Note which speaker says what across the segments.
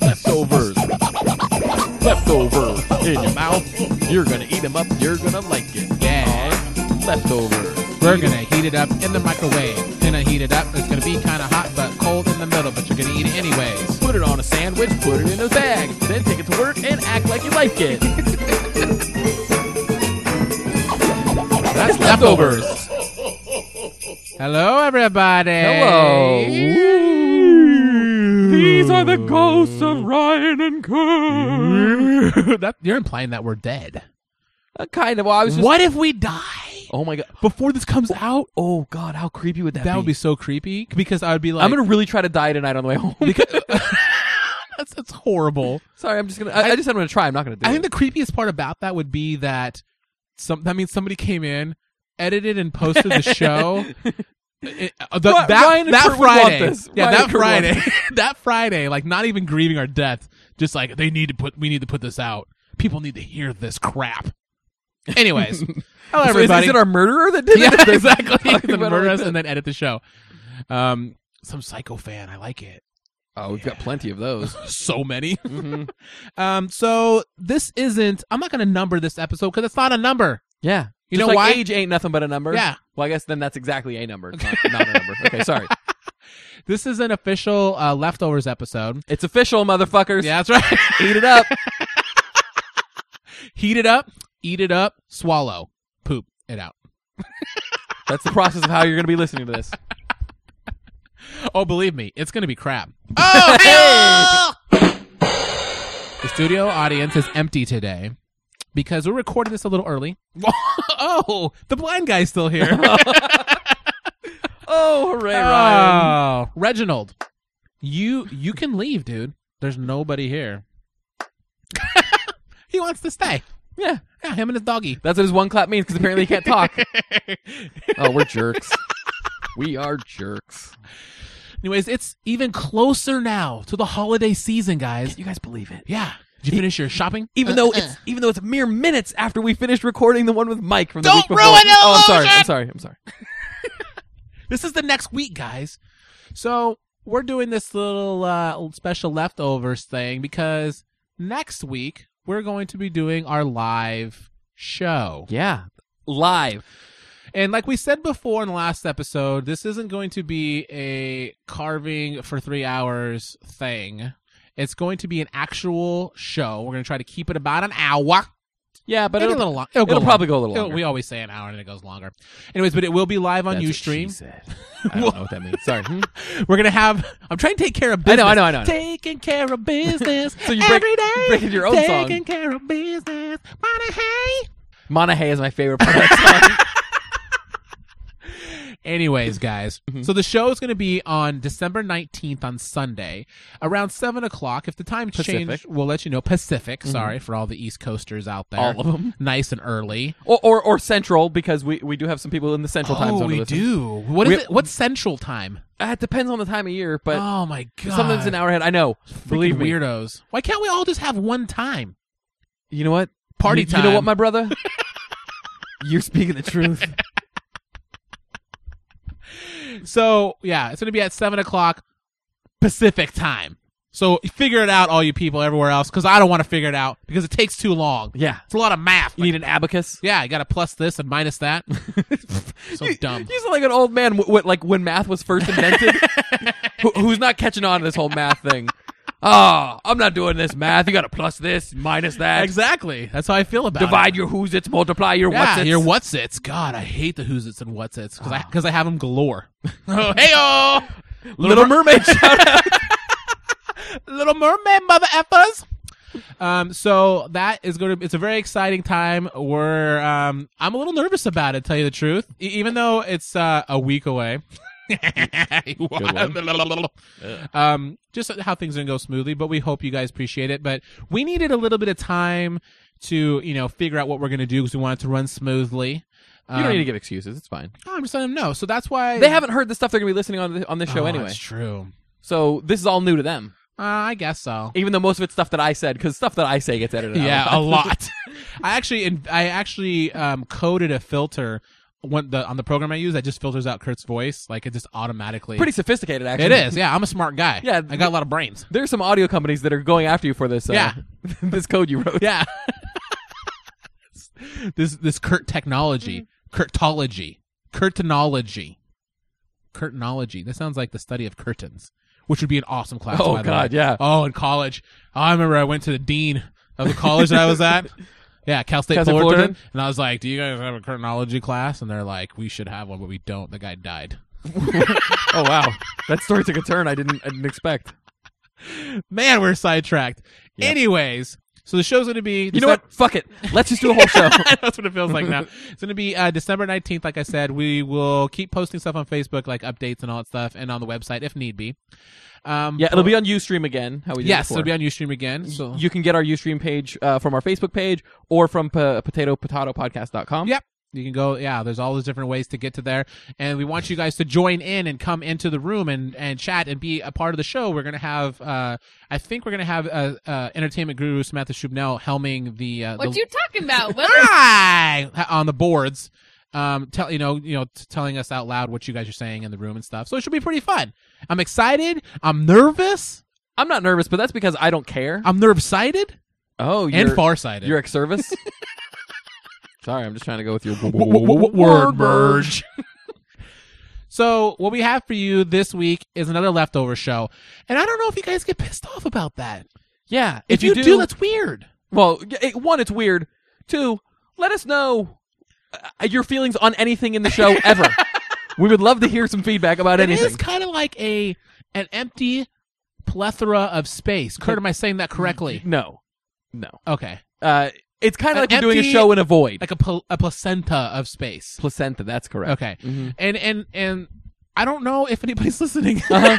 Speaker 1: leftovers. Leftovers in your mouth. You're gonna eat them up. You're gonna like it. Yeah. Leftovers.
Speaker 2: We're gonna heat it up in the microwave. Gonna heat it up. It's gonna be kinda hot but cold in the middle, but you're gonna eat it anyways.
Speaker 1: Put it on a sandwich. Put it in a bag. Then take it to work and act like you like it. That's leftovers.
Speaker 2: Hello, everybody.
Speaker 1: Hello.
Speaker 2: These
Speaker 1: are the ghosts of
Speaker 2: Ryan and Kurt. that, you're implying that we're dead.
Speaker 1: Uh, kind of. Well, I was just.
Speaker 2: What if we die?
Speaker 1: Oh my god.
Speaker 2: Before this comes out,
Speaker 1: Oh god. How creepy would that,
Speaker 2: that would be so creepy because I would be like,
Speaker 1: I'm gonna really try to die tonight on the way home.
Speaker 2: that's, that's horrible.
Speaker 1: Sorry, I'm just gonna. I, I just said I'm gonna try. I'm not gonna do
Speaker 2: I
Speaker 1: it.
Speaker 2: think the creepiest part about that would be that some. That means somebody came in, edited and posted the show. It- uh, the-
Speaker 1: Ri-
Speaker 2: that
Speaker 1: Ryan and
Speaker 2: that
Speaker 1: Kurt would want
Speaker 2: Friday,
Speaker 1: this.
Speaker 2: yeah,
Speaker 1: Ryan and
Speaker 2: that
Speaker 1: Kurt would want
Speaker 2: Friday, that Friday, like not even grieving our death, just like they need to put, we need to put this out. People need to hear this crap. Anyways, hello
Speaker 1: So is-
Speaker 2: everybody.
Speaker 1: Is, it our murderer that did
Speaker 2: yeah,
Speaker 1: it?
Speaker 2: exactly.
Speaker 1: Talking
Speaker 2: Then
Speaker 1: about
Speaker 2: murder us
Speaker 1: it.
Speaker 2: and then edit the show. Um, some psycho fan, I like it.
Speaker 1: Oh, we've got plenty of those.
Speaker 2: So many.
Speaker 1: Mhm.
Speaker 2: Um, so this isn't. I'm not going to number this episode because it's not a number.
Speaker 1: Yeah.
Speaker 2: You
Speaker 1: Just
Speaker 2: know
Speaker 1: like
Speaker 2: why?
Speaker 1: Age ain't nothing but a number.
Speaker 2: Yeah.
Speaker 1: Well, I guess then that's exactly a number, not, not a number. Okay, sorry.
Speaker 2: This is an official uh, leftovers episode.
Speaker 1: It's official, motherfuckers.
Speaker 2: Yeah, that's right.
Speaker 1: Eat it up.
Speaker 2: Heat it up, eat it up, swallow, poop it out.
Speaker 1: That's the process of how you're gonna be listening to this.
Speaker 2: Oh, believe me, it's going to be crap. Oh, hey! The studio audience is empty today because we're recording this a little early. oh, the blind guy's still here.
Speaker 1: Oh, hooray, Ryan.
Speaker 2: Oh, Reginald, you you can leave, dude. There's nobody here. he wants to stay.
Speaker 1: Yeah.
Speaker 2: Yeah, him and his doggy.
Speaker 1: That's what his one clap means because apparently he can't talk. oh, we're jerks. We are jerks.
Speaker 2: Anyways, it's even closer now to the holiday season, guys.
Speaker 1: You guys believe it?
Speaker 2: Yeah. Did you finish your shopping?
Speaker 1: Even though
Speaker 2: Uh-uh.
Speaker 1: it's even though it's mere minutes after we finished recording the one with Mike from the
Speaker 2: Don't
Speaker 1: week before.
Speaker 2: ruin the
Speaker 1: oh, I'm sorry.
Speaker 2: illusion!
Speaker 1: I'm sorry. I'm sorry.
Speaker 2: This is the next week, guys. So we're doing this little uh, special leftovers thing because next week we're going to be doing our live show.
Speaker 1: Yeah. Live.
Speaker 2: And like we said before in the last episode, this isn't going to be a carving for three hours thing. It's going to be an actual show. We're going to try to keep it about an hour.
Speaker 1: Yeah, but
Speaker 2: Maybe
Speaker 1: it'll,
Speaker 2: a little long.
Speaker 1: it'll
Speaker 2: go
Speaker 1: probably go a little
Speaker 2: longer. It'll-
Speaker 1: longer.
Speaker 2: We always say an hour and it goes longer. Anyways, but it will be live on
Speaker 1: That's what she
Speaker 2: Ustream.
Speaker 1: said. I don't know what that means. Sorry. Hmm?
Speaker 2: We're going to have. I'm trying to take care of
Speaker 1: I
Speaker 2: business.
Speaker 1: know, I know, I know, I know.
Speaker 2: Taking care of business.
Speaker 1: So you break-
Speaker 2: every day,
Speaker 1: breaking your own
Speaker 2: taking
Speaker 1: song.
Speaker 2: care of business. Wanna hey?
Speaker 1: Monahay is my favorite part of that song.
Speaker 2: Anyways, guys,
Speaker 1: Mm-hmm.
Speaker 2: so the show is going to be on December 19th on Sunday around 7 o'clock. If the time change,
Speaker 1: Pacific. Mm-hmm.
Speaker 2: we'll let you know. Pacific, sorry, for all the East Coasters out there.
Speaker 1: All of 'em.
Speaker 2: Nice and early.
Speaker 1: or, or or Central because we, we do have some people in the Central time
Speaker 2: oh,
Speaker 1: zone. who
Speaker 2: we
Speaker 1: listen.
Speaker 2: do. What is
Speaker 1: We-
Speaker 2: it? What's Central Time?
Speaker 1: Uh, it depends on the time of year, but
Speaker 2: oh, my God.
Speaker 1: sometimes an hour ahead. I know.
Speaker 2: Freaking
Speaker 1: Believe me.
Speaker 2: weirdos. Why can't we all just have one time?
Speaker 1: You know what?
Speaker 2: Party
Speaker 1: you,
Speaker 2: time.
Speaker 1: You know what, my brother? You're speaking the truth.
Speaker 2: So, yeah, it's going to be at 7 o'clock Pacific Time. So figure it out, all you people everywhere else, because I don't want to figure it out because it takes too long.
Speaker 1: Yeah.
Speaker 2: It's a lot of math.
Speaker 1: You need an abacus.
Speaker 2: Yeah, you got to plus this and minus that. so dumb.
Speaker 1: You sound like an old man. W- w- like when math was first invented, who, who's not catching on to this whole math thing? Ah, I'm not doing this math. You got to plus this, minus that,
Speaker 2: Exactly. That's how I feel about it.
Speaker 1: divide your who's it's, multiply your
Speaker 2: Yeah,
Speaker 1: what's it's. Ah.
Speaker 2: your what's it's. God, I hate the who's it's and what's it's because I because I have them galore. oh, hey
Speaker 1: Little Mermaid. shout out.
Speaker 2: Little Mermaid, mother effers. Um, so that is going to. It's a very exciting time. We're. Um, I'm a little nervous about it. Tell you the truth, E- even though it's uh, a week away. um, just how things are gonna go smoothly, but we hope you guys appreciate it. But we needed a little bit of time to, you know, figure out what we're gonna do because we want it to run smoothly. Um,
Speaker 1: You don't need to give excuses. It's fine.
Speaker 2: I'm just letting them know. So that's why
Speaker 1: They haven't heard the stuff they're going to be listening on the, on this show
Speaker 2: Oh,
Speaker 1: anyway.
Speaker 2: That's true.
Speaker 1: So this is all new to them.
Speaker 2: Uh, I guess so.
Speaker 1: Even though most of it's stuff that I said, because stuff that I say gets edited out.
Speaker 2: yeah, a lot. I actually, I actually um, coded a filter when the on the program I use that just filters out Kurt's voice. Like it just automatically.
Speaker 1: Pretty sophisticated, actually.
Speaker 2: It is. Yeah, I'm a smart guy.
Speaker 1: Yeah,
Speaker 2: I got a lot of brains.
Speaker 1: There's some audio companies that are going after you for this. Uh,
Speaker 2: Yeah.
Speaker 1: this code you wrote.
Speaker 2: Yeah. this this Kurt technology,
Speaker 1: Mm-hmm.
Speaker 2: Kurtology, Curtinology, Curtinology. That sounds like the study of curtains, which would be an awesome class.
Speaker 1: Oh,
Speaker 2: by the
Speaker 1: God,
Speaker 2: way.
Speaker 1: yeah.
Speaker 2: Oh, in college, I remember I went to the dean of the college that I was at. Yeah, Cal State
Speaker 1: Cal State
Speaker 2: Fullerton,
Speaker 1: Fullerton.
Speaker 2: and I was like, "Do you guys have a curtinology class?" And they're like, "We should have one, but we don't." The guy died.
Speaker 1: oh wow, that story took a turn I didn't I didn't expect.
Speaker 2: Man, we're sidetracked.
Speaker 1: Yep.
Speaker 2: Anyways, so the show's going to be
Speaker 1: You know what? Fuck it. Let's just do a whole show.
Speaker 2: That's what it feels like now. It's going to be uh, December 19th. Like I said, we will keep posting stuff on Facebook, like updates and all that stuff, and on the website if need be. Um,
Speaker 1: yeah, it'll be on UStream again. How we did
Speaker 2: Yes,
Speaker 1: before.
Speaker 2: it'll be on Ustream again. So
Speaker 1: you can get our Ustream page uh, from our Facebook page or from po- potato potato podcast.com.
Speaker 2: Yep. You can go, yeah, there's all those different ways to get to there. And we want you guys to join in and come into the room and, and chat and be a part of the show. We're going to have, uh, I think we're going to have uh, uh, entertainment guru Samantha Shubnell helming the. Uh,
Speaker 3: What
Speaker 2: the,
Speaker 3: you talking about? What
Speaker 2: Hi! on the boards, um, tell you know, you know, t- telling us out loud what you guys are saying in the room and stuff. So it should be pretty fun. I'm excited. I'm nervous.
Speaker 1: I'm not nervous, but that's because I don't care.
Speaker 2: I'm nerve sighted
Speaker 1: oh, you're,
Speaker 2: and farsighted.
Speaker 1: you're ex service. Sorry, I'm just trying to go with your
Speaker 2: w- w- word merge. so what we have for you this week is another leftover show, and I don't know if you guys get pissed off about that.
Speaker 1: Yeah,
Speaker 2: If, you, do, that's weird.
Speaker 1: well, y- it, one, it's weird. Two, let us know uh, your feelings on anything in the show ever. we would love to hear some feedback about anything.
Speaker 2: It is kind of like a an empty plethora of space. Kurt, am I saying that correctly?
Speaker 1: No, no.
Speaker 2: Okay.
Speaker 1: Uh, it's kind
Speaker 2: An
Speaker 1: of like we're doing a
Speaker 2: empty-
Speaker 1: show in a void.
Speaker 2: like a, pl- a placenta of space.
Speaker 1: placenta. That's correct.
Speaker 2: Okay,
Speaker 1: Mhm.
Speaker 2: and and and I don't know if anybody's listening.
Speaker 1: Uh-huh.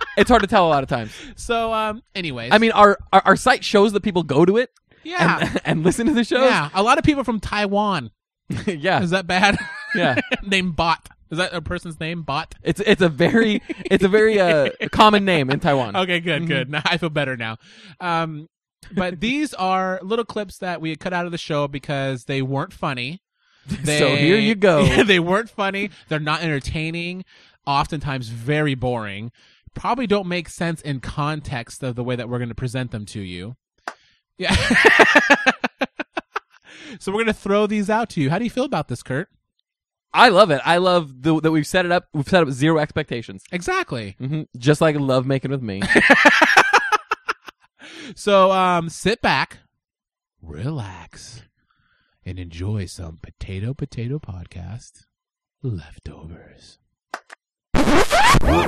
Speaker 1: it's hard to tell a lot of times.
Speaker 2: so um, anyways,
Speaker 1: I mean, our, our our site shows that people go to it
Speaker 2: yeah,
Speaker 1: and, and listen to the shows.
Speaker 2: yeah, a lot of people from Taiwan.
Speaker 1: yeah,
Speaker 2: Is that bad?
Speaker 1: yeah.
Speaker 2: name Bot. Is that a person's name? Bot.
Speaker 1: It's it's a very it's a very uh, common name in Taiwan.
Speaker 2: Okay, good,
Speaker 1: Mhm.
Speaker 2: good. Now I feel better now. Um, but these are little clips that we had cut out of the show because they weren't funny. They,
Speaker 1: So here you go.
Speaker 2: they weren't funny. They're not entertaining. Oftentimes, very boring. Probably don't make sense in context of the way that we're going to present them to you. Yeah. so we're going to throw these out to you. How do you feel about this, Kurt?
Speaker 1: I love it. I love the, that we've set it up. We've set up zero expectations.
Speaker 2: Exactly.
Speaker 1: hmm Just like love making with me.
Speaker 2: So um, sit back, relax, and enjoy some potato potato podcast leftovers.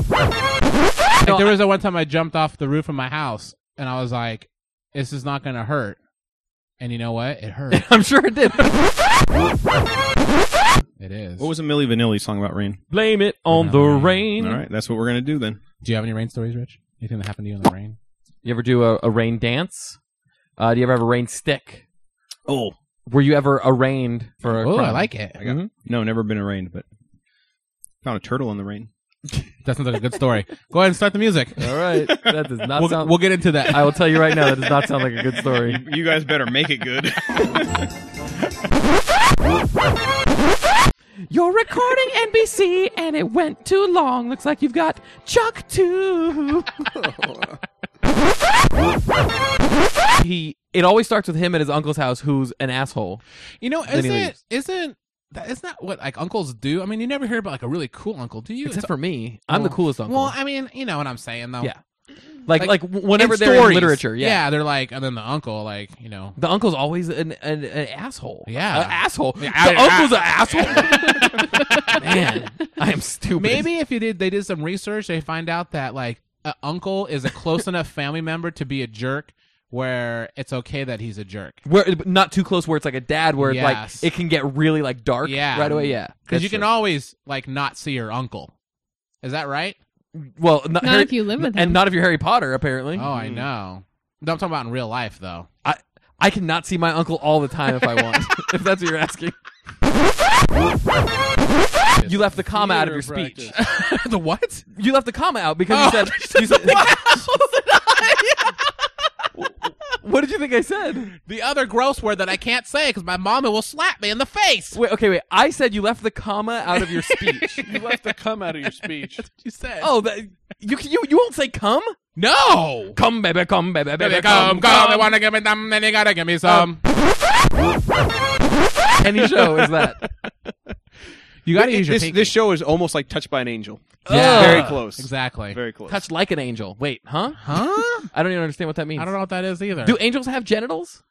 Speaker 2: Like, there was a one time I jumped off the roof of my house, and I was like, "This is not gonna hurt." And you know what? It hurt.
Speaker 1: I'm sure it did.
Speaker 2: it is.
Speaker 4: What was a Millie Vanilli song about rain?
Speaker 1: Blame it on the rain.
Speaker 4: Mm-hmm. All right, that's what we're gonna do then.
Speaker 2: Do you have any rain stories, Rich? Anything that happened to you in the rain?
Speaker 1: You ever do a, a rain dance? Uh, do you ever have a rain stick?
Speaker 4: Oh,
Speaker 1: Were you ever arraigned for a
Speaker 2: Oh, I
Speaker 1: crime?
Speaker 2: like it.
Speaker 4: I got no, never been arraigned, but found a turtle in the rain.
Speaker 2: That sounds like a good story. Go ahead and start the music.
Speaker 1: All right. That does not
Speaker 2: We'll,
Speaker 1: sound.
Speaker 2: we'll get into that.
Speaker 1: I will tell you right now, that does not sound like a good story.
Speaker 4: You guys better make it good.
Speaker 1: You're recording NBC and it went too long. Looks like you've got Chuck too. he it always starts with him at his uncle's house who's an asshole.
Speaker 2: You know,
Speaker 1: Then he
Speaker 2: isn't
Speaker 1: leaves.
Speaker 2: isn't that isn't that what like uncles do? I mean, you never hear about like a really cool uncle, do you?
Speaker 1: Except
Speaker 2: It's-
Speaker 1: for me. I'm the
Speaker 2: well-
Speaker 1: coolest uncle.
Speaker 2: Well, I mean, you know what I'm saying though.
Speaker 1: Yeah. like, like
Speaker 2: like,
Speaker 1: w whenever
Speaker 2: In
Speaker 1: they're
Speaker 2: stories.
Speaker 1: in literature, yeah.
Speaker 2: they're like, and then the uncle, like, you know,
Speaker 1: The uncle's always an, an, an asshole.
Speaker 2: Yeah.
Speaker 1: An asshole.
Speaker 2: Yeah,
Speaker 1: the
Speaker 2: I-
Speaker 1: uncle's an asshole. Man, I am stupid.
Speaker 2: maybe if you did, they did some research, they find out that like a uncle is a close enough family member to be a jerk, where it's okay that he's a jerk.
Speaker 1: where but not too close where it's like a dad where it's
Speaker 2: Yes.
Speaker 1: like it can get really like dark
Speaker 2: Yeah.
Speaker 1: right away yeah That's
Speaker 2: Because you can
Speaker 1: true.
Speaker 2: always like not see your uncle. Is that right?
Speaker 1: well not,
Speaker 3: Not
Speaker 1: Harry-
Speaker 3: if you live with
Speaker 1: and
Speaker 3: him.
Speaker 1: not if you're Harry Potter apparently
Speaker 2: Oh, I know. No, I'm talking about in real life though.
Speaker 1: I I cannot see my uncle all the time if I want if that's what you're asking you left the comma out of your speech
Speaker 2: the what?
Speaker 1: you left the comma out because
Speaker 2: Oh,
Speaker 1: you said you said What did you think I said?
Speaker 2: The other gross word that I can't say because my mama will slap me in the face.
Speaker 1: Wait, okay, wait. I said you left the comma out of your speech.
Speaker 3: You left the cum out of your speech.
Speaker 2: You said.
Speaker 1: oh, that, you you you won't say come?
Speaker 2: no!
Speaker 1: Come, baby, come, baby, baby,
Speaker 2: Baby, come, come. Um. You wanna give me some, then you gotta give me some.
Speaker 1: Any show is that?
Speaker 2: you gotta use your
Speaker 4: this,
Speaker 2: pinky.
Speaker 4: this show is almost like Touched by an Angel.
Speaker 2: Yeah.
Speaker 4: Very close.
Speaker 2: Exactly.
Speaker 4: Very close.
Speaker 1: Touched like an angel. Wait, huh?
Speaker 2: huh?
Speaker 1: I don't even understand what that means.
Speaker 2: I don't know what that is either.
Speaker 1: Do angels have genitals?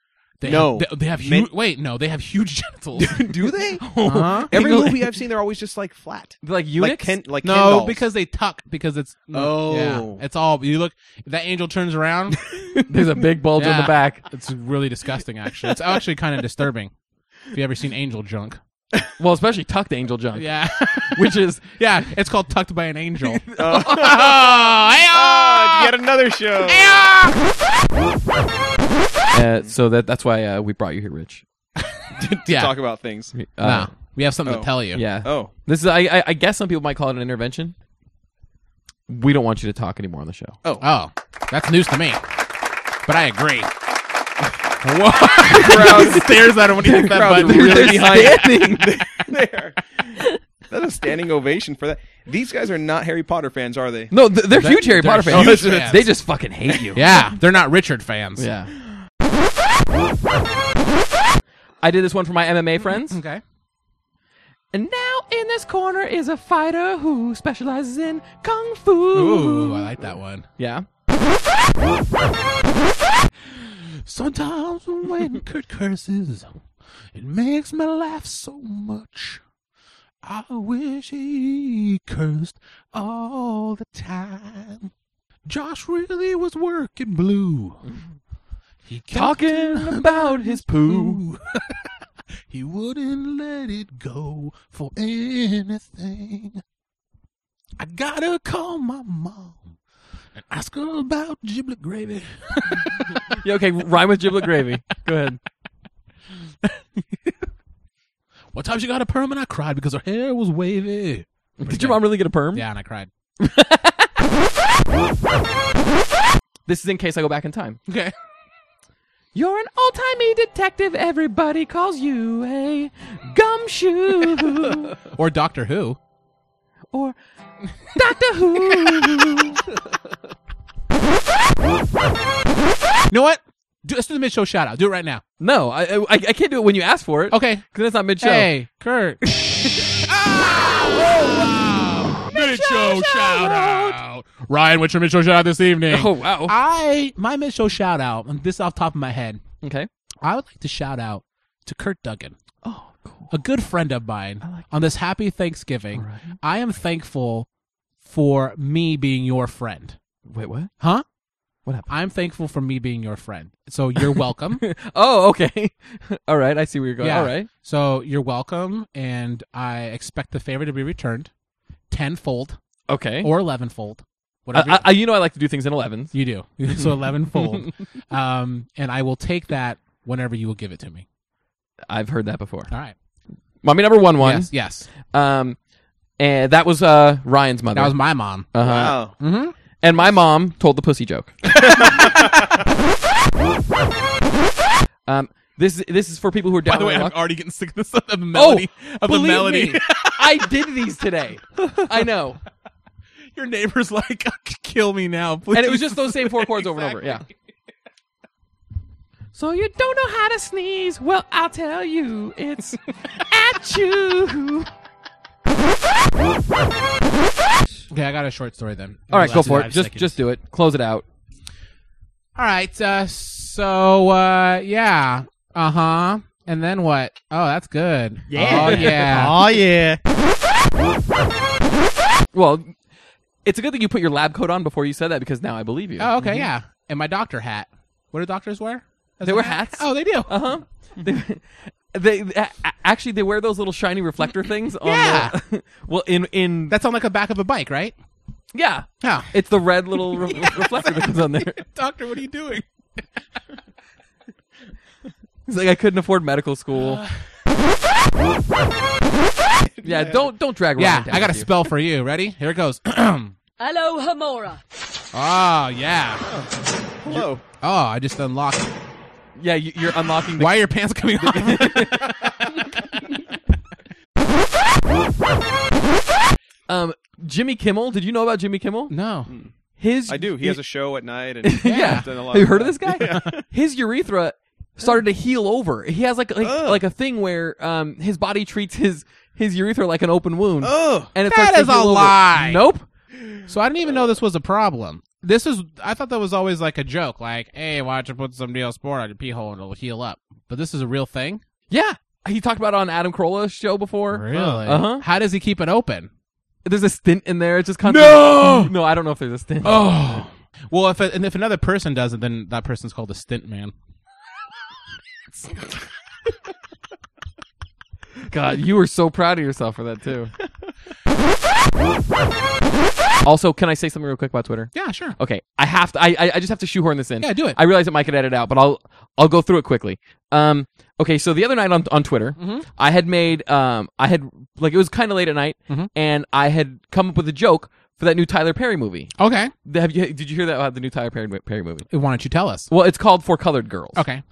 Speaker 2: they,
Speaker 4: No.
Speaker 2: They, they have
Speaker 4: Men-
Speaker 2: huge. Wait, no, they have huge genitals.
Speaker 4: Do they?
Speaker 2: Huh?
Speaker 4: Uh-huh. Every
Speaker 1: People-
Speaker 4: movie I've seen, they're always just like flat.
Speaker 1: They're like eunuchs?
Speaker 4: Like Ken, like Ken
Speaker 2: No,
Speaker 4: dolls.
Speaker 2: because they tuck because it's mm,
Speaker 4: Oh.
Speaker 2: yeah, it's all you look. That angel turns around.
Speaker 1: There's a big bulge on
Speaker 2: Yeah.
Speaker 1: the back.
Speaker 2: it's really disgusting. Actually, it's actually kind of disturbing. If you ever seen angel junk,
Speaker 1: Well, especially tucked angel junk,
Speaker 2: yeah,
Speaker 1: which is
Speaker 2: yeah, it's called tucked by an angel.
Speaker 4: Oh.
Speaker 2: Oh,
Speaker 4: yet another show.
Speaker 1: uh, so that that's why uh, we brought you here, Rich.
Speaker 2: yeah,
Speaker 4: Talk about things.
Speaker 1: Uh,
Speaker 2: Nah, we have something
Speaker 4: Oh.
Speaker 2: to tell you.
Speaker 1: Yeah.
Speaker 4: Oh,
Speaker 1: This is I, I I guess some people might call it an intervention. We don't want you to talk anymore on the show.
Speaker 2: Oh, that's news to me, but I agree.
Speaker 4: crowd,
Speaker 2: stares at him when he hits that
Speaker 4: crowd's
Speaker 2: button.
Speaker 4: really
Speaker 1: They're
Speaker 4: behind
Speaker 1: standing.
Speaker 4: there. That's a standing ovation for that. These guys are not Harry Potter fans, are they?
Speaker 1: No, th- they're huge Harry
Speaker 2: they're
Speaker 1: Potter fans.
Speaker 2: huge fans.
Speaker 1: They just fucking hate you.
Speaker 2: Yeah, they're not Richard fans.
Speaker 1: Yeah. I did this one for my MMA friends.
Speaker 2: Okay.
Speaker 1: And now in this corner is a fighter who specializes in kung fu.
Speaker 2: Ooh, I like that one.
Speaker 1: Yeah.
Speaker 2: Sometimes when Kurt curses, it makes me laugh so much. I wish he cursed all the time. Josh really was working blue. He kept
Speaker 1: Talking about his poo.
Speaker 2: blue. he wouldn't let it go for anything. I gotta call my mom and ask her about giblet gravy.
Speaker 1: Yeah, okay, rhyme with giblet gravy. Go ahead.
Speaker 2: One time she got a perm and I cried because her hair was wavy.
Speaker 1: Did your mom really get a perm?
Speaker 2: Yeah, and I cried.
Speaker 1: This is in case I go back in time.
Speaker 2: Okay.
Speaker 1: You're an old timey detective. Everybody calls you a gumshoe
Speaker 2: Or Doctor Who.
Speaker 1: or Doctor Who.
Speaker 2: You know what? Do, let's do the mid show shout out. Do it right now.
Speaker 1: No, I, I I can't do it when you ask for it.
Speaker 2: Okay.
Speaker 1: because that's not mid show.
Speaker 2: Hey, Kurt. Mid show Ah! shout out. Ryan, what's your mid show shout out this evening?
Speaker 1: Oh wow.
Speaker 2: I my mid show shout out, and this is off the top of my head.
Speaker 1: okay.
Speaker 2: I would like to shout out to Kurt Duggan.
Speaker 1: Oh, cool.
Speaker 2: a good friend of mine
Speaker 1: like
Speaker 2: on this happy Thanksgiving.
Speaker 1: All right.
Speaker 2: I am thankful for me being your friend.
Speaker 1: Wait, what?
Speaker 2: Huh?
Speaker 1: What happened?
Speaker 2: I'm thankful for me being your friend. So you're welcome.
Speaker 1: Oh, okay. All right, I see where you're going. All right.
Speaker 2: So you're welcome, and I expect the favor to be returned tenfold
Speaker 1: Okay.
Speaker 2: or elevenfold.
Speaker 1: I,
Speaker 2: Whatever
Speaker 1: I, I- you know I like to do things in elevens.
Speaker 2: you do. so elevenfold. um, and I will take that whenever you will give it to me.
Speaker 1: I've heard that before.
Speaker 2: All right.
Speaker 1: Mommy number one one.
Speaker 2: Uh, Yes, yes.
Speaker 1: Um, and that was uh Ryan's mother.
Speaker 2: That was my mom.
Speaker 1: uh-huh.
Speaker 4: Wow.
Speaker 1: And my mom told the pussy joke. um, this this is for people who are down.
Speaker 2: By the way,
Speaker 1: on
Speaker 2: I'm
Speaker 1: luck. Oh,
Speaker 2: already getting sick of the, of the melody. of the
Speaker 1: believe
Speaker 2: melody.
Speaker 1: me, I did these today. I know,
Speaker 2: Your neighbor's like, kill me now, please.
Speaker 1: and it was just those same four chords over and over. Yeah. So you don't know how to sneeze? Well, I'll tell you, it's at you.
Speaker 2: okay, I got a short story then.
Speaker 1: All right, go
Speaker 2: Last
Speaker 1: for it.
Speaker 2: five
Speaker 1: Just
Speaker 2: seconds.
Speaker 1: just do it. Close it out.
Speaker 2: All right. Uh, so uh, yeah. Uh huh. And then what? Oh, that's good. Yeah. Oh yeah.
Speaker 3: Oh yeah.
Speaker 1: Well, it's a good thing you put your lab coat on before you said that because now I believe you.
Speaker 2: oh okay. Yeah. And my doctor hat. What do doctors wear?
Speaker 1: Mm-hmm.
Speaker 2: As
Speaker 1: They
Speaker 2: a
Speaker 1: wear
Speaker 2: hat?
Speaker 1: hats.
Speaker 2: Oh, they do.
Speaker 1: Uh huh. they, they a- a- actually they wear those little shiny reflector things. On
Speaker 2: Yeah.
Speaker 1: The, well, in in
Speaker 2: That's on like the back of a bike, right?
Speaker 1: yeah,
Speaker 2: Yeah.
Speaker 1: it's the red little re- reflector that comes on there.
Speaker 2: Doctor, what are you doing?
Speaker 1: It's like I couldn't afford medical school.
Speaker 2: Uh,
Speaker 1: yeah, don't don't drag.
Speaker 2: Yeah,
Speaker 1: Ryan down
Speaker 2: I got a
Speaker 1: with you.
Speaker 2: spell for you. Ready? Here it goes. oh
Speaker 5: Hello, Hamora.
Speaker 2: yeah.
Speaker 4: Hello.
Speaker 2: Oh, I just unlocked
Speaker 1: Yeah, you, you're unlocking. The,
Speaker 2: Why are your pants coming off?
Speaker 1: um, Jimmy Kimmel. Did you know about Jimmy Kimmel?
Speaker 2: no.
Speaker 1: His
Speaker 4: I do. He has a show at night, and
Speaker 1: yeah.
Speaker 4: I've done a lot
Speaker 1: Have you heard of
Speaker 4: that.
Speaker 1: this guy? His urethra started to heal over. He has like like,
Speaker 2: Oh.
Speaker 4: Ugh.
Speaker 1: like a thing where um his body treats his his urethra like an open wound.
Speaker 4: Oh,
Speaker 1: and it
Speaker 2: That
Speaker 1: starts to
Speaker 2: is a
Speaker 1: heal over.
Speaker 2: lie.
Speaker 1: Nope.
Speaker 2: So I didn't even know this was a problem. This is I thought that was always like a joke, like, hey, why don't you put some Neosporin on your pee hole and it'll heal up. But this is a real thing?
Speaker 1: Yeah. He talked about it on Adam Carolla's show before. Uh-huh.
Speaker 2: How does he keep it open?
Speaker 1: There's a stint in there. It's just kind
Speaker 2: No!
Speaker 1: of no. I don't know if there's a stint.
Speaker 2: Oh. Well, if and if another person does it, then that person's called a stint man. Oh.
Speaker 1: God, you were so proud of yourself for that too. also, can I say something real quick about Twitter?
Speaker 2: Yeah, sure.
Speaker 1: Okay, I have to. I I, I just have to shoehorn this in.
Speaker 2: Yeah, do it.
Speaker 1: I realize that Mike could edit it out, but I'll I'll go through it quickly. Um, okay, so the other night on on Twitter,
Speaker 2: Mhm.
Speaker 1: I had made um, I had like it was kind of late at night,
Speaker 2: Mhm.
Speaker 1: and I had come up with a joke for that new Tyler Perry movie.
Speaker 2: okay.
Speaker 1: The- Have you did you hear that about the new Tyler Perry, Perry movie?
Speaker 2: Why don't you tell us?
Speaker 1: Well, it's called For Colored Girls.
Speaker 2: Okay.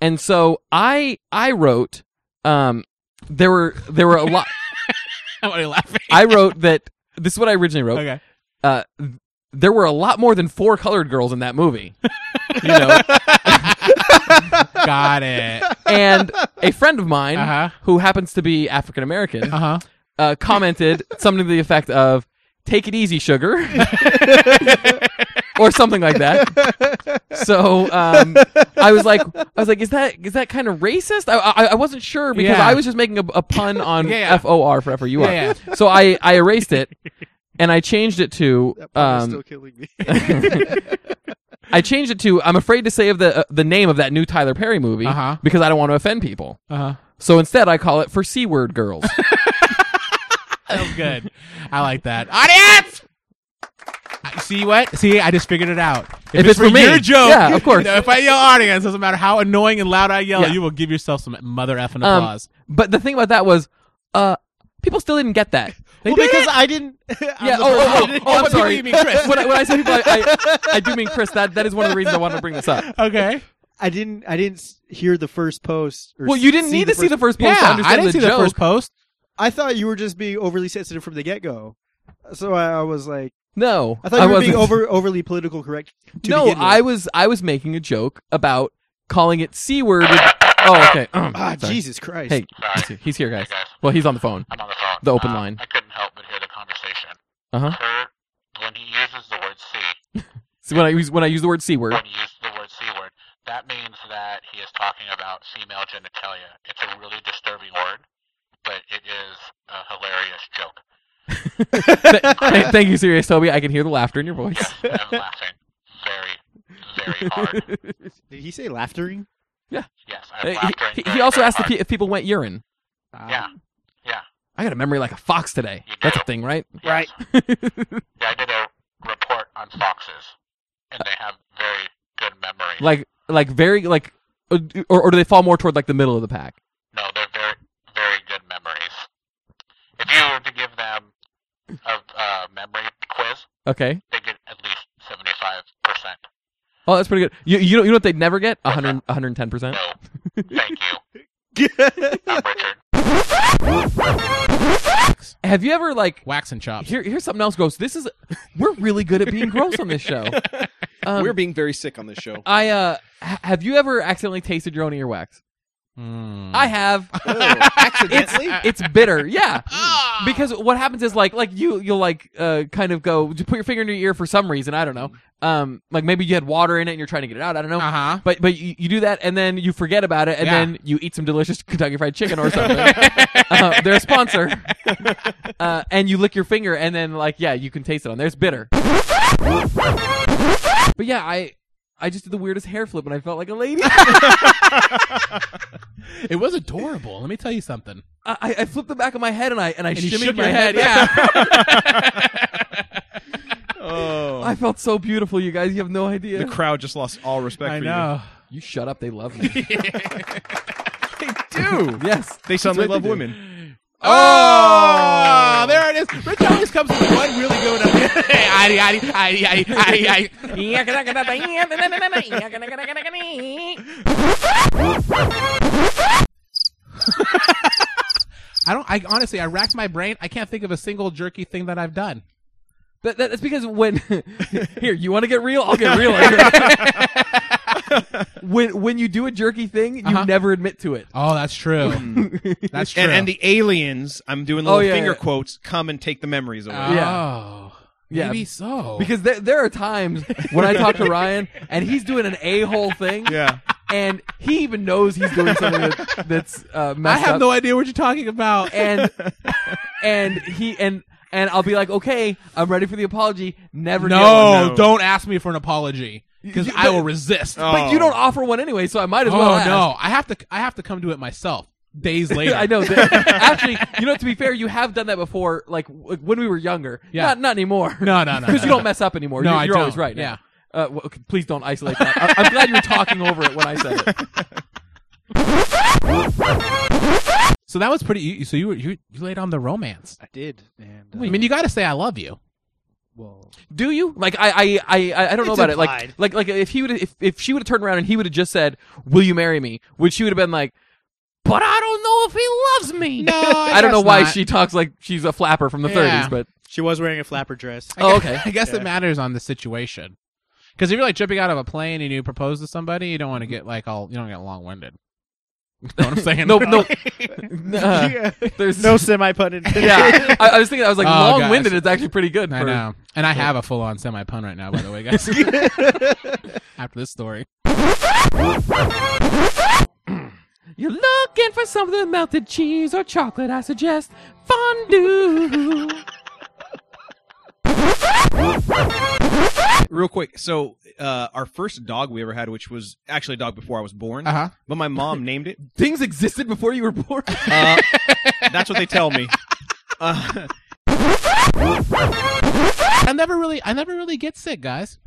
Speaker 1: And so I I wrote um there were there were a lot
Speaker 2: Why are you laughing?
Speaker 1: I wrote that this is what I originally wrote.
Speaker 2: Okay.
Speaker 1: Uh there were a lot more than four colored girls in that movie. You know.
Speaker 2: Got it.
Speaker 1: and a friend of mine
Speaker 2: Uh-huh.
Speaker 1: who happens to be African American
Speaker 2: Uh huh.
Speaker 1: uh, commented something to the effect of "Take it easy, sugar," or something like that. So um, I was like, I was like, is that is that kind of racist? I, I I wasn't sure because
Speaker 2: Yeah.
Speaker 1: I was just making a, a pun on
Speaker 2: Yeah, yeah.
Speaker 1: F O R for F O U R.
Speaker 2: Yeah,
Speaker 1: So I I erased it. And I changed it to
Speaker 5: That part is
Speaker 1: um,
Speaker 5: still killing me.
Speaker 1: I changed it to I'm afraid to say of the uh, the name of that new Tyler Perry movie
Speaker 2: Uh-huh.
Speaker 1: because I don't want to offend people.
Speaker 2: Uh huh.
Speaker 1: So instead I call it for C word girls.
Speaker 2: That was good. I like that. Audience! I- See what? See, I just figured it out. If,
Speaker 1: it's for me,
Speaker 2: your joke,
Speaker 1: yeah, of course.
Speaker 2: If I yell audience, doesn't matter how annoying and loud I yell,
Speaker 1: Yeah.
Speaker 2: you will give yourself some mother effing
Speaker 1: Um,
Speaker 2: applause.
Speaker 1: But the thing about that was, uh, people still didn't get that. They
Speaker 5: well,
Speaker 1: did
Speaker 5: because I didn't. I'm
Speaker 1: Yeah.
Speaker 5: the
Speaker 1: Oh,
Speaker 5: person-
Speaker 1: oh, oh, oh, I'm
Speaker 2: What people
Speaker 1: sorry.
Speaker 2: you mean, Chris?
Speaker 1: when, I, when I say people, I, I, I do mean Chris. That that is one of the reasons I wanted to bring this up.
Speaker 2: Okay.
Speaker 5: I didn't. I didn't s- hear the first post. Or
Speaker 1: Well, you didn't need to see the first
Speaker 5: first-
Speaker 1: post to
Speaker 2: Yeah,
Speaker 1: understand
Speaker 2: I didn't
Speaker 1: the
Speaker 2: see
Speaker 1: joke.
Speaker 2: the first post.
Speaker 5: I thought you were just being overly sensitive from the get go. So I, I was like,
Speaker 1: No,
Speaker 5: I thought you were
Speaker 1: wasn't.
Speaker 5: being over overly political correct. To
Speaker 1: no,
Speaker 5: begin with.
Speaker 1: I was I was making a joke about calling it c word. Oh, okay.
Speaker 5: Ah,
Speaker 1: Sorry.
Speaker 5: Jesus Christ!
Speaker 1: Hey, he's here. he's here, guys. Well, he's on the phone.
Speaker 6: I'm on the phone.
Speaker 1: The open
Speaker 6: Uh,
Speaker 1: line.
Speaker 6: I couldn't help but hear the conversation.
Speaker 1: Uh-huh.
Speaker 6: Her, when he uses the word C,
Speaker 1: So when I use when I use the word c word,
Speaker 6: when he uses the word C word, that means that he is talking about female genitalia. It's a really disturbing word, but it is a hilarious joke.
Speaker 1: Th- th- thank you, serious Toby. I can hear the laughter in your voice.
Speaker 6: Yes, I'm laughing very, very hard.
Speaker 5: Did he say laughing?
Speaker 6: Yes,
Speaker 1: Uh,
Speaker 6: I'm
Speaker 1: he-
Speaker 6: laughing.
Speaker 1: he,
Speaker 6: very,
Speaker 1: he also
Speaker 6: very
Speaker 1: asked if,
Speaker 6: hard.
Speaker 1: pe- if people went urine.
Speaker 6: Yeah,
Speaker 1: I got a memory like a fox today.
Speaker 6: You
Speaker 1: That's
Speaker 6: do.
Speaker 1: a thing, right?
Speaker 6: yes. Yeah, I did a report on foxes, and they have very good memories.
Speaker 1: like like very like uh, or, or do they fall more toward like the middle of the pack
Speaker 6: No, they're very, very good memories. If you were to give them a uh, memory quiz,
Speaker 1: okay
Speaker 6: they get at least seventy-five percent.
Speaker 1: oh that's pretty good you you know, you know what they'd never get 100 110%
Speaker 6: No, thank you. I'm Richard.
Speaker 1: have you ever like
Speaker 2: Wax and chops.
Speaker 1: here, here's something else gross this is we're really good at being gross on this show um,
Speaker 4: We're being very sick on this show.
Speaker 1: i uh h- have you ever accidentally tasted your own earwax
Speaker 2: Mm.
Speaker 1: i have
Speaker 4: Oh, accidentally? Ah.
Speaker 1: it's bitter yeah because what happens is like like you you'll like uh kind of go you put your finger in your ear for some reason i don't know um like maybe you had water in it and you're trying to get it out i don't know
Speaker 4: Ah.
Speaker 2: Uh huh.
Speaker 1: But but you, you do that and then you forget about it and
Speaker 2: Yeah.
Speaker 1: then you eat some delicious Kentucky Fried Chicken or something. uh, they're a sponsor, uh, and you lick your finger and then like yeah you can taste it on there. It's bitter. But yeah, I I just did the weirdest hair flip and I felt like a lady. I,
Speaker 2: It was adorable. Let me tell you something.
Speaker 1: I I flipped the back of my head and I and I
Speaker 2: And you
Speaker 1: shimmied
Speaker 2: shook
Speaker 1: my
Speaker 2: your
Speaker 1: head.
Speaker 2: head,
Speaker 1: Yeah,
Speaker 4: oh,
Speaker 1: I felt so beautiful, you guys. You have no idea.
Speaker 4: the crowd just lost all respect
Speaker 2: I
Speaker 4: for
Speaker 2: know.
Speaker 1: you shut up. They love me.
Speaker 4: you. They do.
Speaker 1: yes.
Speaker 4: They suddenly
Speaker 1: That's what
Speaker 4: love
Speaker 1: they do.
Speaker 4: women.
Speaker 2: Oh, there it is. Rich always comes with one really good one at the Aye, aye, aye, aye, aye, aye. I don't. I honestly, I racked my brain. I can't think of a single jerky thing that I've done.
Speaker 1: That, that, that's because when here you want to get real, I'll get real. when when you do a jerky thing, you
Speaker 2: Uh-huh.
Speaker 1: never admit to it.
Speaker 2: Oh, that's true. that's true.
Speaker 4: And, and the aliens, I'm doing
Speaker 1: Oh,
Speaker 4: little
Speaker 1: yeah,
Speaker 4: finger
Speaker 1: yeah. Uh,
Speaker 4: quotes, come and take the memories away.
Speaker 2: oh,
Speaker 1: Yeah.
Speaker 2: maybe so.
Speaker 1: Because there there are times when I talk to Ryan and he's doing an a hole thing,
Speaker 4: yeah.
Speaker 1: and he even knows he's doing something that, that's uh,
Speaker 2: I
Speaker 1: messed
Speaker 2: have
Speaker 1: up.
Speaker 2: no idea what you're talking about.
Speaker 1: and and he and and I'll be like, okay, I'm ready for the apology. Never. get one.
Speaker 2: no,
Speaker 4: No.
Speaker 2: don't ask me for an apology because
Speaker 1: You-
Speaker 2: I will
Speaker 1: but-
Speaker 2: resist.
Speaker 4: Oh.
Speaker 1: But you don't offer one anyway, so I might as
Speaker 2: oh
Speaker 1: well. ask.
Speaker 2: no, I have to. I have to come to it myself. Days later,
Speaker 1: I know. that- Actually, you know, to be fair, you have done that before, like w- when we were younger.
Speaker 2: Yeah.
Speaker 1: Not not anymore.
Speaker 2: No, no, no,
Speaker 1: Because
Speaker 2: no,
Speaker 1: you
Speaker 2: no.
Speaker 1: don't mess up anymore.
Speaker 2: No,
Speaker 1: you're,
Speaker 2: I
Speaker 1: you're
Speaker 2: don't.
Speaker 1: always right.
Speaker 2: Yeah.
Speaker 1: now. Uh, well, okay, please don't isolate that. I- I'm glad you were talking over it when I said it.
Speaker 2: So that was pretty. You, so you were you, you laid on the romance.
Speaker 5: I did, and uh,
Speaker 2: I mean, you got to say I love you.
Speaker 5: well,
Speaker 1: Do you? Like I I I, I- I don't know
Speaker 5: It's
Speaker 1: about
Speaker 5: implied.
Speaker 1: it. Like like like if he would if if she would have turned around and he would have just said, "Will you marry me?" Would she would have been like, "But I don't know if he loves me."
Speaker 2: No, I,
Speaker 1: I, don't know
Speaker 2: guess
Speaker 1: why
Speaker 2: not.
Speaker 1: she talks like she's a flapper from the
Speaker 2: Yeah.
Speaker 1: 30s, but
Speaker 5: she was wearing a flapper dress.
Speaker 1: oh okay.
Speaker 2: I guess
Speaker 5: Yeah.
Speaker 2: it matters on the situation. Because if you're like jumping out of a plane and you propose to somebody, you don't want to get like all you don't get long winded. You know what I'm saying?
Speaker 1: No, no. Uh,
Speaker 5: Yeah.
Speaker 1: There's
Speaker 5: No semi pun intended.
Speaker 1: yeah. I, I was thinking I was like
Speaker 2: Oh,
Speaker 1: long winded.
Speaker 2: gosh.
Speaker 1: It's actually pretty good.
Speaker 2: I
Speaker 1: for-
Speaker 2: know. And I have a full on semi pun right now, by the way, guys. After this story.
Speaker 1: You're looking for something melted cheese or chocolate. I suggest fondue.
Speaker 4: Real quick. So, uh, our first dog we ever had, which was actually a dog before I was born,
Speaker 2: Uh-huh.
Speaker 4: but my mom named it.
Speaker 1: Things existed before you were born.
Speaker 4: Uh, that's what they tell me. Uh,
Speaker 2: I never really I never really get sick, guys.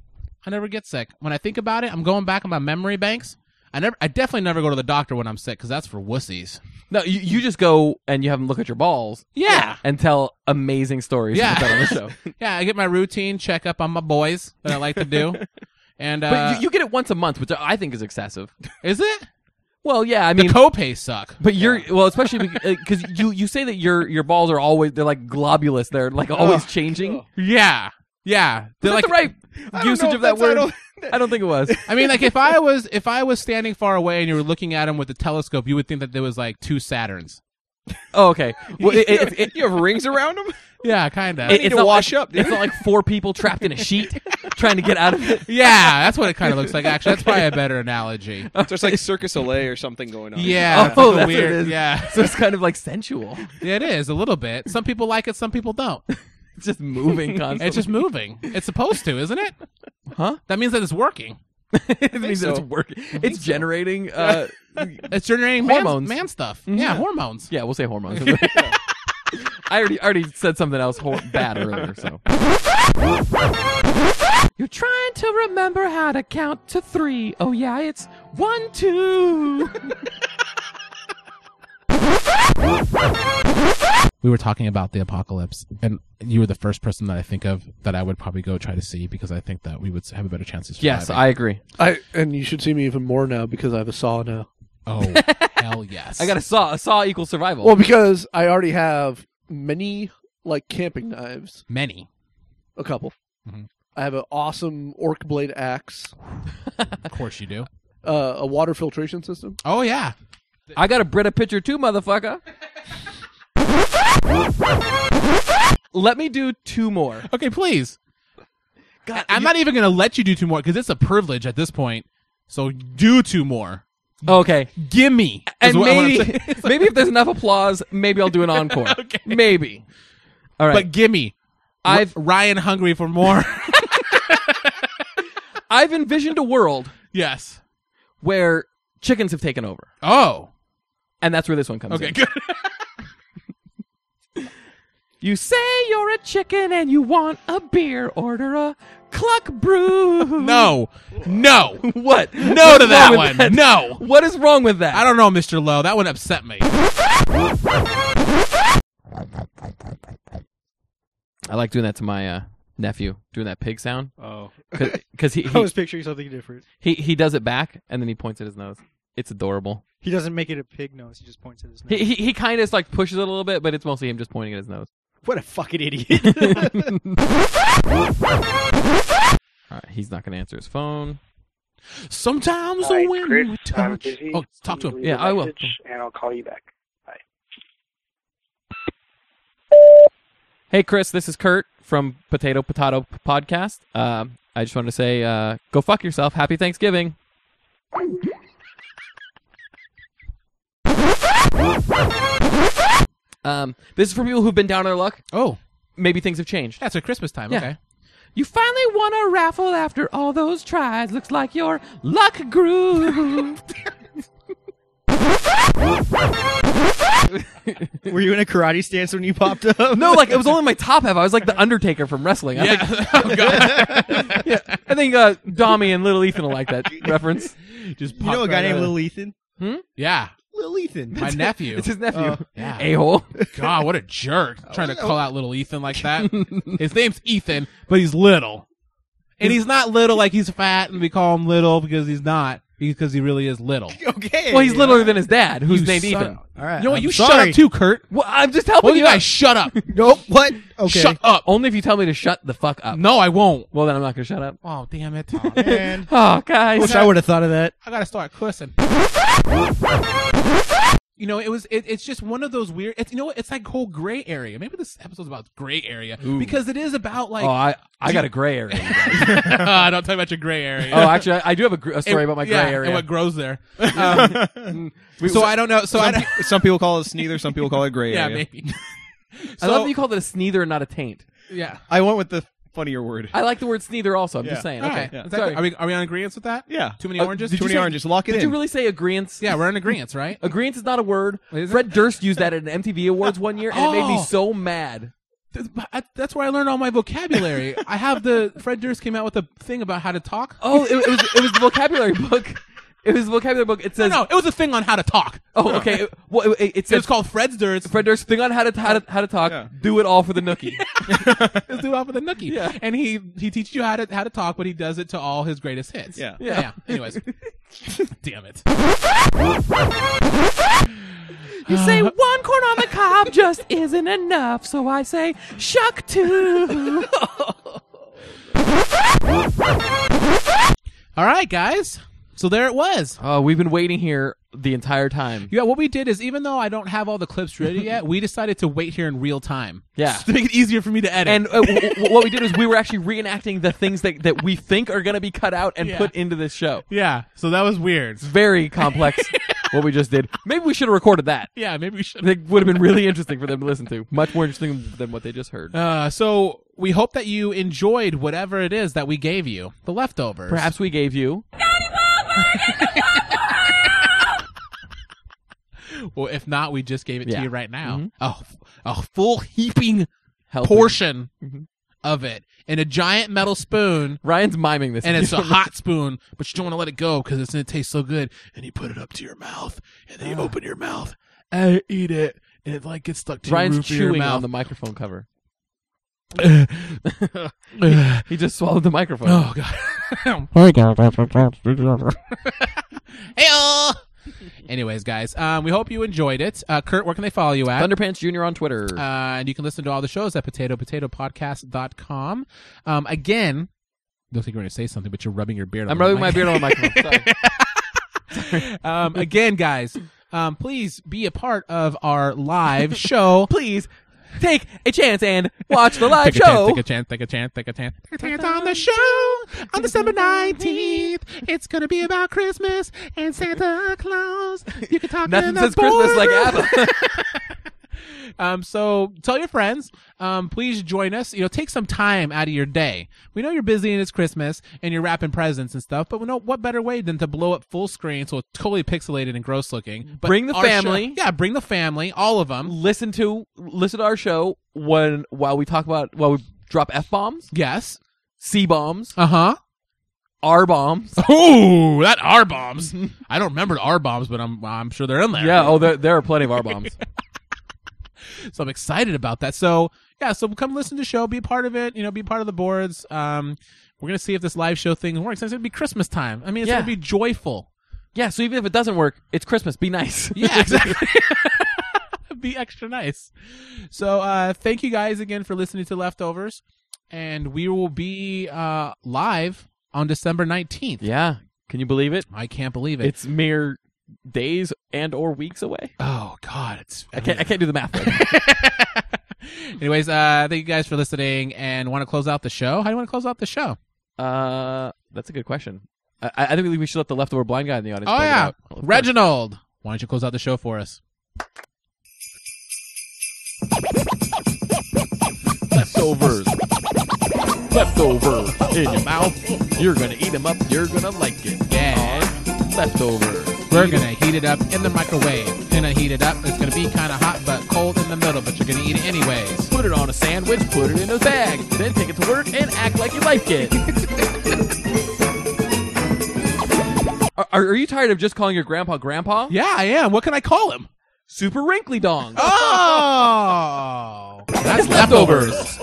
Speaker 2: I never get sick. When I think about it, I'm going back on my memory banks. I never I definitely never go to the doctor when I'm sick because that's for wussies.
Speaker 1: No, you, you just go and you have them look at your balls.
Speaker 2: Yeah.
Speaker 1: And tell amazing stories.
Speaker 2: Yeah.
Speaker 1: that on the show.
Speaker 2: Yeah, I get my routine checkup on my boys that I like to do. And uh
Speaker 1: but you, you get it once a month, which I think is excessive.
Speaker 2: is it?
Speaker 1: Well, yeah, I
Speaker 2: The
Speaker 1: mean.
Speaker 2: copays suck.
Speaker 1: but you're well, especially because you you say that your your balls are always they're like globulous, they're
Speaker 4: Oh.
Speaker 1: like always changing. Is
Speaker 2: Yeah. Yeah. They're
Speaker 1: that
Speaker 2: like
Speaker 1: the right
Speaker 4: I don't
Speaker 1: usage
Speaker 4: know
Speaker 1: of
Speaker 4: if
Speaker 1: that
Speaker 4: that's-
Speaker 1: word?
Speaker 4: I don't-
Speaker 1: I don't think it was.
Speaker 2: I mean, like if I was if I was standing far away and you were looking at him with a telescope, you would think that there was like two Saturns.
Speaker 1: Oh, okay. Well, it, it, it,
Speaker 4: you have rings around them?
Speaker 2: Yeah, kind of.
Speaker 1: it- it's
Speaker 4: to
Speaker 1: not
Speaker 4: wash
Speaker 1: like,
Speaker 4: up, dude.
Speaker 1: It's not like four people trapped in a sheet trying to get out of it.
Speaker 2: yeah, that's what it kind of looks like. Actually, that's probably a better analogy.
Speaker 4: So it's like Circus Soleil or something going on.
Speaker 2: Yeah.
Speaker 1: Oh,
Speaker 2: it's like a
Speaker 1: that's what
Speaker 2: weird,
Speaker 1: it is.
Speaker 2: Yeah.
Speaker 1: So it's kind of like sensual.
Speaker 2: yeah, it is a little bit. Some people like it, some people don't.
Speaker 1: It's just moving constantly.
Speaker 2: It's just moving. It's supposed to, isn't it?
Speaker 1: Huh?
Speaker 2: That means that it's working.
Speaker 1: it means that it's
Speaker 4: so.
Speaker 1: working. It's generating. Uh,
Speaker 2: It's generating man-
Speaker 1: Hormones. Mm-hmm.
Speaker 2: man, stuff. Yeah, hormones.
Speaker 1: yeah, we'll say hormones. I already already said something else hor- bad earlier. So you're trying to remember how to count to three. Oh yeah, it's one two.
Speaker 2: We were talking about the apocalypse, and you were the first person that I think of that I would probably go try to see because I think that we would have a better chance of surviving.
Speaker 1: yes, I agree.
Speaker 3: I and you should see me even more now because I have a saw now.
Speaker 2: Oh, hell yes.
Speaker 1: I got a saw. A saw equals survival.
Speaker 3: Well, because I already have many like camping knives,
Speaker 2: many.
Speaker 3: a couple.
Speaker 2: Mhm.
Speaker 3: I have an awesome orc blade axe,
Speaker 2: Of course you do.
Speaker 3: uh, a water filtration system.
Speaker 2: Oh yeah.
Speaker 1: I got a Brita picture too, motherfucker. Let me do two more.
Speaker 2: Okay, please.
Speaker 1: God,
Speaker 2: I'm not even gonna let you do two more because it's a privilege at this point. So do two more.
Speaker 1: Okay.
Speaker 2: Gimme. is
Speaker 1: And
Speaker 2: what- what I'm
Speaker 1: maybe,
Speaker 2: saying.
Speaker 1: maybe if there's enough applause, maybe I'll do an encore.
Speaker 2: Okay.
Speaker 1: Maybe. All right.
Speaker 2: but gimme.
Speaker 1: I've-
Speaker 2: R- Ryan hungry for more.
Speaker 1: I've envisioned a world
Speaker 2: yes.
Speaker 1: where chickens have taken over,
Speaker 2: Oh.
Speaker 1: and that's where this one comes
Speaker 2: Okay.
Speaker 1: in.
Speaker 2: Good.
Speaker 1: You say you're a chicken and you want a beer. Order a cluck brew.
Speaker 2: No. No.
Speaker 1: What?
Speaker 2: No to that
Speaker 1: wrong with
Speaker 2: one. No.
Speaker 1: What is wrong with that?
Speaker 2: I don't know, Mr. Lowe. That one upset me.
Speaker 1: I like doing that to my uh, nephew doing that pig sound
Speaker 5: Oh,
Speaker 1: because he,
Speaker 5: I
Speaker 1: he,
Speaker 5: was picturing something different.
Speaker 1: he he does it back and then he points at his nose. It's adorable.
Speaker 5: He doesn't make it a pig nose. He just points at his nose.
Speaker 1: He he, he kind of like pushes it a little bit, but it's mostly him just pointing at his nose.
Speaker 5: what a fucking idiot!
Speaker 1: All right, he's not gonna answer his phone.
Speaker 2: Sometimes
Speaker 7: Hi,
Speaker 2: when
Speaker 7: Chris.
Speaker 2: we
Speaker 7: I'm
Speaker 2: touch.
Speaker 7: busy.
Speaker 2: Oh, talk to him.
Speaker 7: Leave
Speaker 1: Yeah,
Speaker 7: a
Speaker 1: I will.
Speaker 7: message, And I'll call you back.
Speaker 1: Hey, Chris, this is Kurt from Potato Potato P- Podcast. Um, I just wanted to say, uh, go fuck yourself. Happy Thanksgiving. Um, this is for people who've been down on their luck.
Speaker 2: Oh,
Speaker 1: Maybe things have changed.
Speaker 2: that's a Christmas time.
Speaker 1: Yeah.
Speaker 2: Okay.
Speaker 1: You finally won a raffle after all those tries. Looks like your luck grew.
Speaker 5: Were you in a karate stance when you popped up?
Speaker 1: no, like it was only my top half. I was like the Undertaker from wrestling. I think,
Speaker 2: Yeah. oh, God.
Speaker 1: yeah, I think uh, Dommy and Little Ethan will like that reference.
Speaker 2: Just
Speaker 5: You
Speaker 2: popped
Speaker 5: know a guy
Speaker 2: right out
Speaker 5: named
Speaker 2: of-
Speaker 5: Lil Ethan?
Speaker 2: Yeah.
Speaker 5: Lil Ethan.
Speaker 2: My nephew.
Speaker 1: It's his nephew.
Speaker 5: Oh.
Speaker 2: Yeah.
Speaker 1: a hole.
Speaker 2: God, what a jerk! Trying to call out little Ethan like that. His name's Ethan, but he's little, and he's not little like he's fat, and we call him little because he's not because he really is little.
Speaker 5: okay.
Speaker 1: Well, he's littler than his dad, who's
Speaker 2: You
Speaker 1: named
Speaker 2: son-
Speaker 1: Ethan.
Speaker 5: All right.
Speaker 2: You know what?
Speaker 5: I'm
Speaker 2: You shut
Speaker 5: sorry.
Speaker 2: up too, Kurt.
Speaker 1: Well, I'm just helping
Speaker 2: Both you
Speaker 1: you.
Speaker 2: guys,
Speaker 1: Out.
Speaker 2: shut up.
Speaker 5: Nope. What? Okay.
Speaker 2: Shut up.
Speaker 1: Only if you tell me to shut the fuck up.
Speaker 2: No, I won't.
Speaker 1: Well, then I'm not gonna shut up.
Speaker 2: Oh damn it!
Speaker 5: Man.
Speaker 1: Oh,
Speaker 5: I
Speaker 1: guys.
Speaker 5: wish I would have thought of that.
Speaker 2: I gotta start cussing. You know, it was. It, it's just one of those weird. It's you know, what? it's like whole gray area. Maybe this episode's about gray area because it is about like.
Speaker 1: oh, I I got a gray area.
Speaker 2: Ah, don't talk about your gray area.
Speaker 1: oh, actually, I, I do have a, gr- a story
Speaker 2: And-
Speaker 1: about my gray
Speaker 2: yeah,
Speaker 1: area.
Speaker 2: and what grows there. Um, so I don't know. So I
Speaker 4: Some,
Speaker 2: don't,
Speaker 4: pe- some people call it sneether. Some people call it gray
Speaker 2: yeah,
Speaker 4: area.
Speaker 2: maybe.
Speaker 1: I love that you called it a sneether and not a taint.
Speaker 2: Yeah.
Speaker 4: I went with the funnier word.
Speaker 1: I like the word sneether also. I'm
Speaker 4: Yeah.
Speaker 1: just saying.
Speaker 2: All
Speaker 1: Okay.
Speaker 2: right. Is that
Speaker 1: Sorry.
Speaker 2: good? Are we are we on agreement with that?
Speaker 4: yeah.
Speaker 2: Too many
Speaker 1: Uh,
Speaker 2: oranges.
Speaker 1: did
Speaker 4: Too
Speaker 1: you
Speaker 4: many
Speaker 1: say-
Speaker 4: oranges. Lock it
Speaker 1: Did
Speaker 4: in.
Speaker 1: you really say agreeance?
Speaker 2: Yeah, we're in agreement, right?
Speaker 1: Agreeance is not a word.
Speaker 2: Is it?
Speaker 1: Fred Durst used that at an MTV Awards one year, and it made me
Speaker 2: Oh.
Speaker 1: so mad.
Speaker 2: That's- I- That's where I learned all my vocabulary. I have the Fred Durst came out with a thing about how to talk.
Speaker 1: Oh, it, it was it was the vocabulary book. It was the vocabulary book. It
Speaker 2: no,
Speaker 1: says,
Speaker 2: no, it was a thing on how to talk.
Speaker 1: "Oh, okay." It, well, it, it
Speaker 2: It
Speaker 1: says
Speaker 2: was called Fred's Durst.
Speaker 1: Fred Durst thing on how to how to, how to talk.
Speaker 4: Yeah.
Speaker 1: Do it all for the nookie.
Speaker 2: this dude off of the nookie.
Speaker 1: Yeah.
Speaker 2: And he he teaches you how to how to talk, but he does it to all his greatest hits.
Speaker 4: Yeah.
Speaker 2: Yeah. Anyways. Damn it.
Speaker 1: You say one corn on the cob just isn't enough, so I say shuck two.
Speaker 2: Uh, All right, guys. So there it was.
Speaker 1: Oh, we've been waiting here the entire time.
Speaker 2: Yeah, what we did is even though I don't have all the clips ready yet, we decided to wait here in real time.
Speaker 1: Yeah.
Speaker 2: Just to make it easier for me to edit.
Speaker 1: And uh, w- w- what we did is we were actually reenacting the things that, that we think are going to be cut out and
Speaker 2: Yeah.
Speaker 1: put into this show.
Speaker 2: yeah, so that was weird.
Speaker 1: Very complex what we just did. Maybe we should have recorded that.
Speaker 2: Yeah, maybe we should.
Speaker 1: It would have been really interesting for them to listen to. Much more interesting than what they just heard.
Speaker 2: Uh, so we hope that you enjoyed whatever it is that we gave you, the leftovers.
Speaker 1: Perhaps we gave you.
Speaker 2: Well, if not, we just gave it
Speaker 1: Yeah.
Speaker 2: to you right now.
Speaker 1: Mhm.
Speaker 2: A, a full heaping
Speaker 1: Help
Speaker 2: portion
Speaker 1: Mhm.
Speaker 2: of it in a giant metal spoon,
Speaker 1: Ryan's miming this.
Speaker 2: and it's a hot spoon, but you don't want to let it go because it's going to taste so good. And you put it up to your mouth, and then you open your mouth and eat it, and it like gets stuck to the
Speaker 1: Ryan's
Speaker 2: roof of your
Speaker 1: chewing on
Speaker 2: mouth.
Speaker 1: the microphone cover.
Speaker 2: oh
Speaker 1: He just swallowed the microphone.
Speaker 2: uh, god! Heyo. Anyways, guys, um, we hope you enjoyed it. Uh, Kurt, where can they follow you at?
Speaker 1: Thunderpants Jr. on Twitter.
Speaker 2: Uh, and you can listen to all the shows at potatopotatopodcast.com. Um, again, don't think you're going to say something, but you're rubbing your beard. on
Speaker 1: I'm
Speaker 2: the
Speaker 1: rubbing my
Speaker 2: mic.
Speaker 1: beard on the microphone. Sorry.
Speaker 2: um, again, guys, um, please be a part of our live show.
Speaker 1: Please take a chance and watch the live
Speaker 2: Take a
Speaker 1: show.
Speaker 2: chance, take a chance, take a chance, take a chance. Take a chance on the show on December 19th. It's going to be about Christmas and Santa Claus. You can talk
Speaker 1: Nothing
Speaker 2: in the
Speaker 1: says Christmas like
Speaker 2: boardroom.
Speaker 1: ABBA.
Speaker 2: Um, so tell your friends. Um, please join us. You know, take some time out of your day. We know you're busy and it's Christmas and you're wrapping presents and stuff, but we know what better way than to blow up full screen so it's totally pixelated and gross looking. But
Speaker 1: Bring the
Speaker 2: our show-
Speaker 1: family.
Speaker 2: yeah, bring the family, all of them.
Speaker 1: listen to listen to our show when while we talk about while we drop f bombs,
Speaker 2: Yes.
Speaker 1: c bombs,
Speaker 2: Uh huh.
Speaker 1: r bombs.
Speaker 2: Oh, that R bombs. I don't remember the R bombs, but I'm I'm sure they're in there.
Speaker 1: Yeah. Oh, there there are plenty of r bombs.
Speaker 2: So I'm excited about that. So yeah, so come listen to the show, be a part of it, you know, be part of the boards. Um, we're gonna see if this live show thing works. It's gonna be Christmas time. I mean, it's
Speaker 1: Yeah.
Speaker 2: gonna be joyful.
Speaker 1: Yeah, so even if it doesn't work, it's Christmas. Be nice.
Speaker 2: Yeah, exactly. be extra nice. So uh, thank you guys again for listening to Leftovers, and we will be uh, live on December nineteenth.
Speaker 1: yeah. Can you believe it?
Speaker 2: I can't believe it.
Speaker 1: It's mere days and or weeks away.
Speaker 2: oh God, it's
Speaker 1: I can't. I can't do the math. Right
Speaker 2: Anyways, uh, thank you guys for listening and want to close out the show. How do you want to close out the show?
Speaker 1: now. uh, that's a good question. I, I think we should let the leftover blind guy in the audience.
Speaker 2: Oh,
Speaker 1: play it
Speaker 2: yeah.
Speaker 1: out. Of course.
Speaker 2: Reginald, why don't you close out the show for us?
Speaker 1: leftovers. Leftovers in your mouth. You're gonna eat them up. You're gonna like it.
Speaker 2: Yeah.
Speaker 1: Leftovers.
Speaker 2: We're going to heat it up in the microwave. Going to heat it up. It's going to be kind of hot but cold in the middle, but you're going to eat it anyways.
Speaker 1: Put it on a sandwich. Put it in a bag. Then take it to work and act like you like it. Are, are you tired of just calling your grandpa grandpa?
Speaker 2: Yeah, I am. What can I call him?
Speaker 1: Super wrinkly dong.
Speaker 2: Oh! That's
Speaker 1: leftovers.
Speaker 2: leftovers.